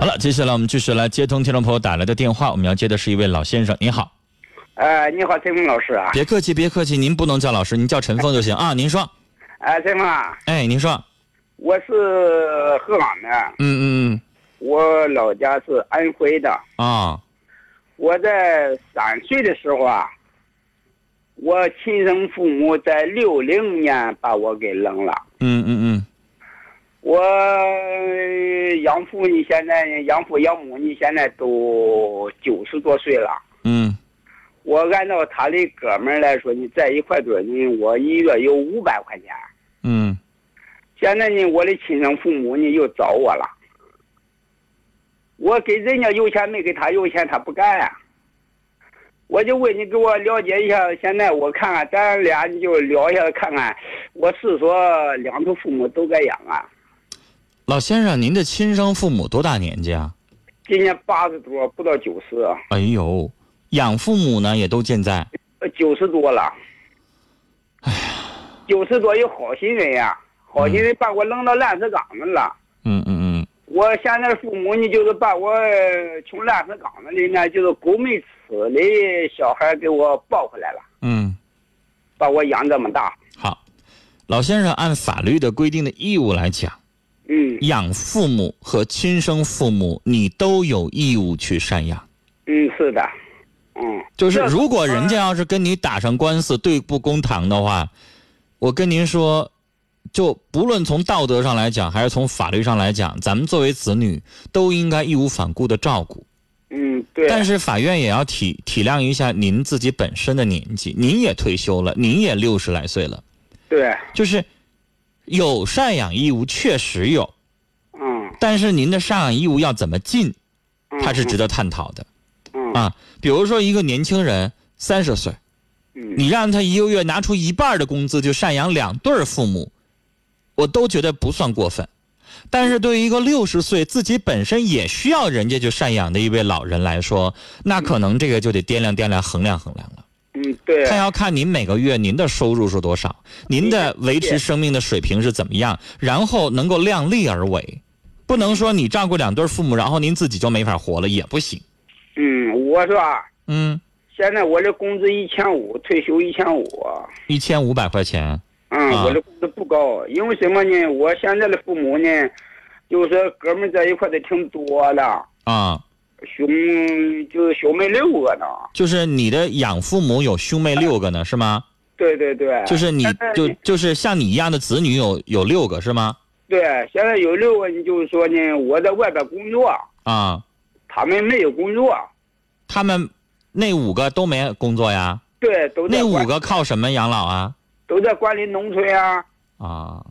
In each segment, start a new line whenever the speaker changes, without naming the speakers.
好了，接下来我们继续来接通听众朋友打来的电话，我们要接的是一位老先生，您好，
呃，你好，陈峰老师啊，
别客气，别客气，您不能叫老师，您叫陈峰就行啊，您说，
哎、陈峰啊，
哎，您说，
我是鹤岗的，
嗯嗯
我老家是安徽的。
嗯，啊，
我在三岁的时候啊，我亲生父母在六零年把我给扔了。
嗯嗯嗯，
我呃养父呢，现在呢养父养母呢，现在都九十多岁了。
嗯，
我按照他的哥们儿来说呢，在一块堆儿呢，我一月有五百块钱。
嗯，
现在呢，我的亲生父母呢又找我了。我给人家邮钱没给他邮钱，他不干呀、我就问你，给我了解一下，现在我看看，咱俩你就聊一下看看，我是说两头父母都该养啊。
老先生，您的亲生父母多大年纪啊？
今年八十多，不到九十，啊
哎呦，养父母呢也都健在，
呃九十多了。九十多有好心人呀、好心人把我扔到烂石岗子了。
嗯嗯嗯，
我现在父母呢，就是把我呃从烂石岗子里呢，就是狗没吃的小孩给我抱回来了，
嗯，
把我养这么大。
好，老先生按法律的规定的义务来讲，
嗯
养父母和亲生父母你都有义务去赡养。
嗯，是的，嗯，
就是
这
如果人家要是跟你打上官司对簿公堂的话，我跟您说，就不论从道德上来讲，还是从法律上来讲，咱们作为子女都应该义无反顾的照顾。
嗯对，
但是法院也要体体谅一下您自己本身的年纪，您也退休了，您也六十来岁了，
对，
就是有赡养义务确实有，
嗯
但是您的赡养义务要怎么尽，
嗯，
它是值得探讨的
嗯
啊。比如说一个年轻人三十岁，
嗯
你让他一个月拿出一半的工资就赡养两对儿父母，我都觉得不算过分。但是对于一个六十岁自己本身也需要人家去赡养的一位老人来说，那可能这个就得掂量掂量、衡量衡量了。
嗯对
他，要看您每个月您的收入是多少，您的维持生命的水平是怎么样，然后能够量力而为，不能说你照顾两对儿父母，然后您自己就没法活了也不行。
嗯，我说啊，
嗯，
现在我的工资一千五，退休一千五。
一千五百块钱，
嗯，
啊
我的工资不高，因为什么呢？我现在的父母呢，就是说哥们儿在一块的挺多了，
啊、
兄就是兄妹六个呢。
就是你的养父母有兄妹六个呢，是吗？
对对对，
就是你
现在
就就是像你一样的子女有有六个是吗？
对，现在有六个，你就是说呢，我在外边工作，
啊，
他们没有工作，
他们那五个都没工作呀，
对，都在
那
管
五个靠什么养老啊？
都在管理农村啊。
啊，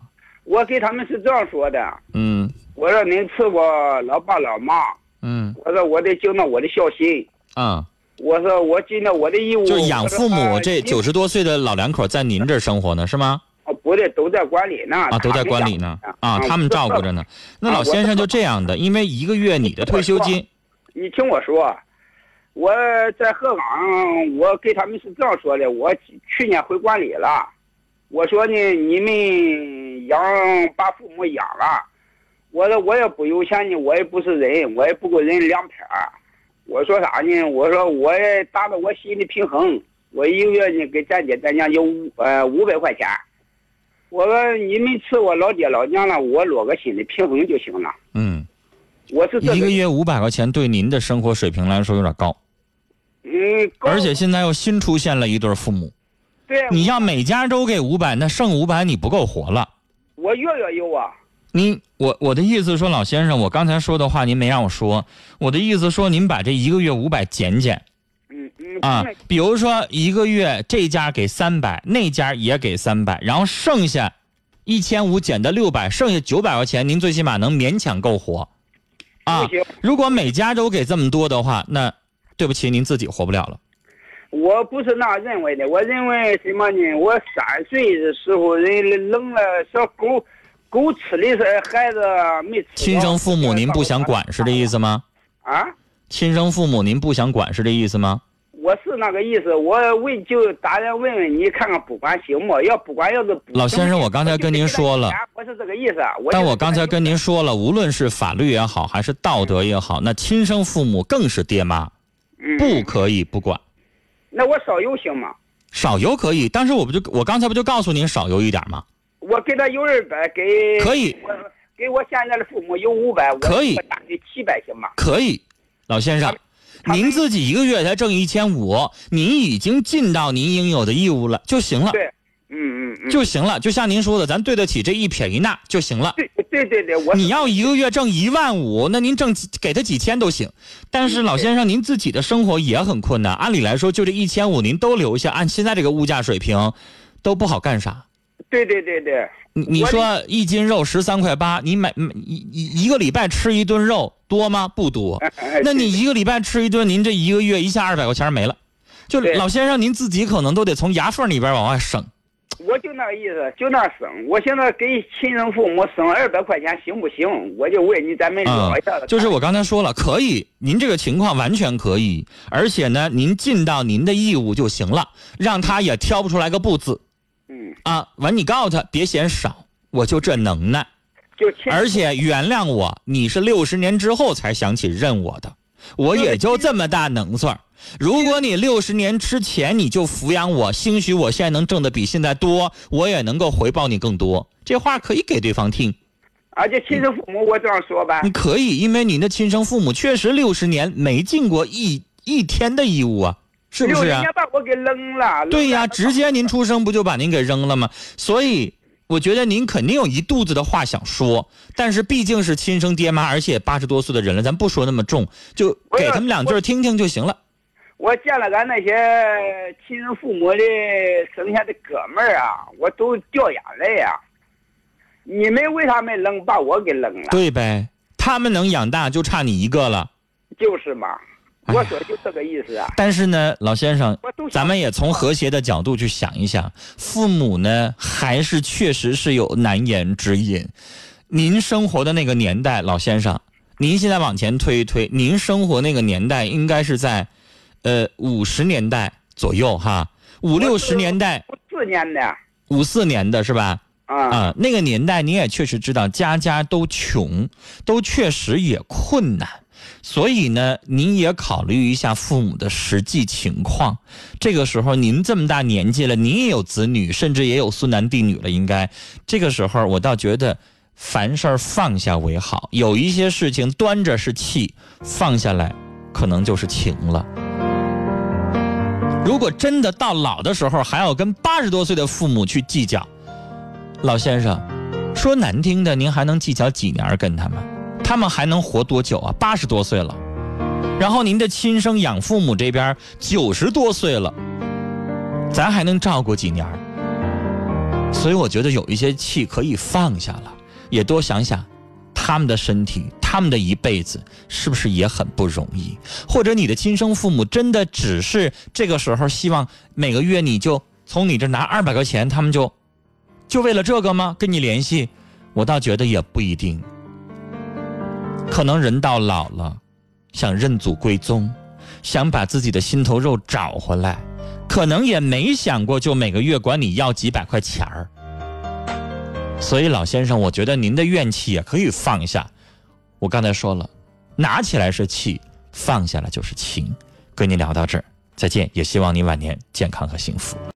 我给他们是这样说的，
嗯
我说您是我老爸老妈，
嗯
我说我得尽到我的孝心，
啊，
我说我尽到我的义务。
就是养父
我说
母
呃
这
你
九十多岁的老两口在您这儿生活呢，是吗？
哦，不对，都在管理呢。
啊，都在管理呢，啊，他们照顾着
呢。
呢。那老先生就这样的，因为一个月你的退休金，
你听我说，啊我在鹤岗，我给他们是这样说的：我去年回管理了，我说呢，你们养把父母养了，我说我也不有钱呢，我也不是人，我也不够人两撇儿。我说啥呢？我说我也达到我心里平衡，我一个月呢给咱姐咱娘有五呃五百块钱。我说你们吃我老爹老娘了，我落个心里平衡就行了。
嗯，
我是这
一个月五百块钱对您的生活水平来说有点高，
嗯，高
而且现在又新出现了一对儿父母。
对
你要每家都给五百，那剩五百你不够活了。
我月月有啊，
您，我我的意思说，老先生，我刚才说的话您没让我说。我的意思说，您把这一个月五百减减
嗯嗯
啊，比如说一个月这家给三百，那家也给三百，然后剩下一千五减的六百，剩下九百块钱，您最起码能勉强够活啊
不。行，
如果每家都给这么多的话，那对不起，您自己活不了了。
我不是那认为的，我认为什么呢？我三岁的时候，人扔了小狗，狗吃的是孩子没吃着。
亲生父母您不想管是这意
思
思吗？
啊？
亲生父母您不想管是这意思吗？
我是那个意思，我问就打算问问你，看看补管行不？要补管要是补
老先嗯生我刚才跟您说了，
我是这个意思。
但我刚才跟您说了，无论是法律也好，还是道德也好，那亲生父母更是爹妈，
嗯
不，可以不管。
那我少油行吗？
少油可以，但是我不就我刚才不就告诉您少油一点吗？
我给他油二百，给
可以
我给我现在的父母油五百，我
可以
我打给七百行吗？
可以，老先生，
他们
您自己一个月才挣一千五，您已经尽到您应有的义务了就行了，
对，嗯嗯嗯，
就行了。就像您说的，咱对得起这一撇一捺就行了。
对对对对， 我
你要一个月挣一万五，那您挣几给他几千都行。但是老先生，您自己的生活也很困难。按理来说，就这一千五您都留下，按现在这个物价水平，都不好干啥。
对对对对，
你你
我
说一斤肉十三块八，你买嗯一一一个礼拜吃一顿肉多吗？不多。
哎
那你一个礼拜吃一顿，您这一个月一下二百块钱没了。就
对
老先生，您自己可能都得从牙缝里边往外省。
我就那个意思，就那省。我现在给亲生父母省二百块钱行不行？我就问你，咱们聊一下子、
啊就是我刚才说了，可以，您这个情况完全可以，而且呢，您尽到您的义务就行了，让他也挑不出来个不字
嗯，
啊。完，你告诉他别嫌少，我就这能耐，
就亲，
而且原谅我，你是六十年之后才想起认我的，我也就这么大能算儿。如果你六十年之前你就抚养我，兴许我现在能挣的比现在多，我也能够回报你更多。这话可以给对方听。
而且亲生父母，我这样说吧
你，可以，因为你的亲生父母确实六十年没尽过一一天的义务啊，是不
六
是
零
啊
年？把我给扔了。
对呀、
扔了
直接您出生不就把您给扔了吗？所以我觉得您肯定有一肚子的话想说，但是毕竟是亲生爹妈，而且八十多岁的人了，咱不说那么重，就
不是
给他们两句儿听听就行了。
我见了俺那些亲生父母的剩下的哥们儿啊，我都掉眼泪啊。你们为啥没扔，把我给扔了？
对呗，他们能养大就差你一个了。
就是嘛，
哎
我说就这个意思啊。
但是呢，老先生，
我都想
咱们也从和谐的角度去想一想，父母呢还是确实是有难言之隐。您生活的那个年代，老先生，您现在往前推一推，您生活那个年代应该是在，呃，五十年代左右哈，五六十年代，
五四年的
五四年的是吧？
啊，
啊、那个年代你也确实知道，家家都穷，都确实也困难，所以呢，您也考虑一下父母的实际情况。这个时候您这么大年纪了，您也有子女，甚至也有孙男弟女了，应该这个时候我倒觉得。凡事儿放下为好，有一些事情端着是气，放下来可能就是情了。如果真的到老的时候还要跟八十多岁的父母去计较，老先生，说难听的，您还能计较几年儿跟他们？他们还能活多久啊？八十多岁了，然后您的亲生养父母这边九十多岁了，咱还能照顾几年儿？所以我觉得有一些气可以放下了，也多想想他们的身体，他们的一辈子是不是也很不容易？或者你的亲生父母真的只是这个时候希望每个月你就从你这拿二百块钱，他们就就为了这个吗？跟你联系，我倒觉得也不一定。可能人到老了，想认祖归宗，想把自己的心头肉找回来，可能也没想过就每个月管你要几百块钱儿。所以老先生，我觉得您的怨气也可以放下。我刚才说了，拿起来是气，放下了就是情。跟您聊到这儿，再见，也希望您晚年健康和幸福。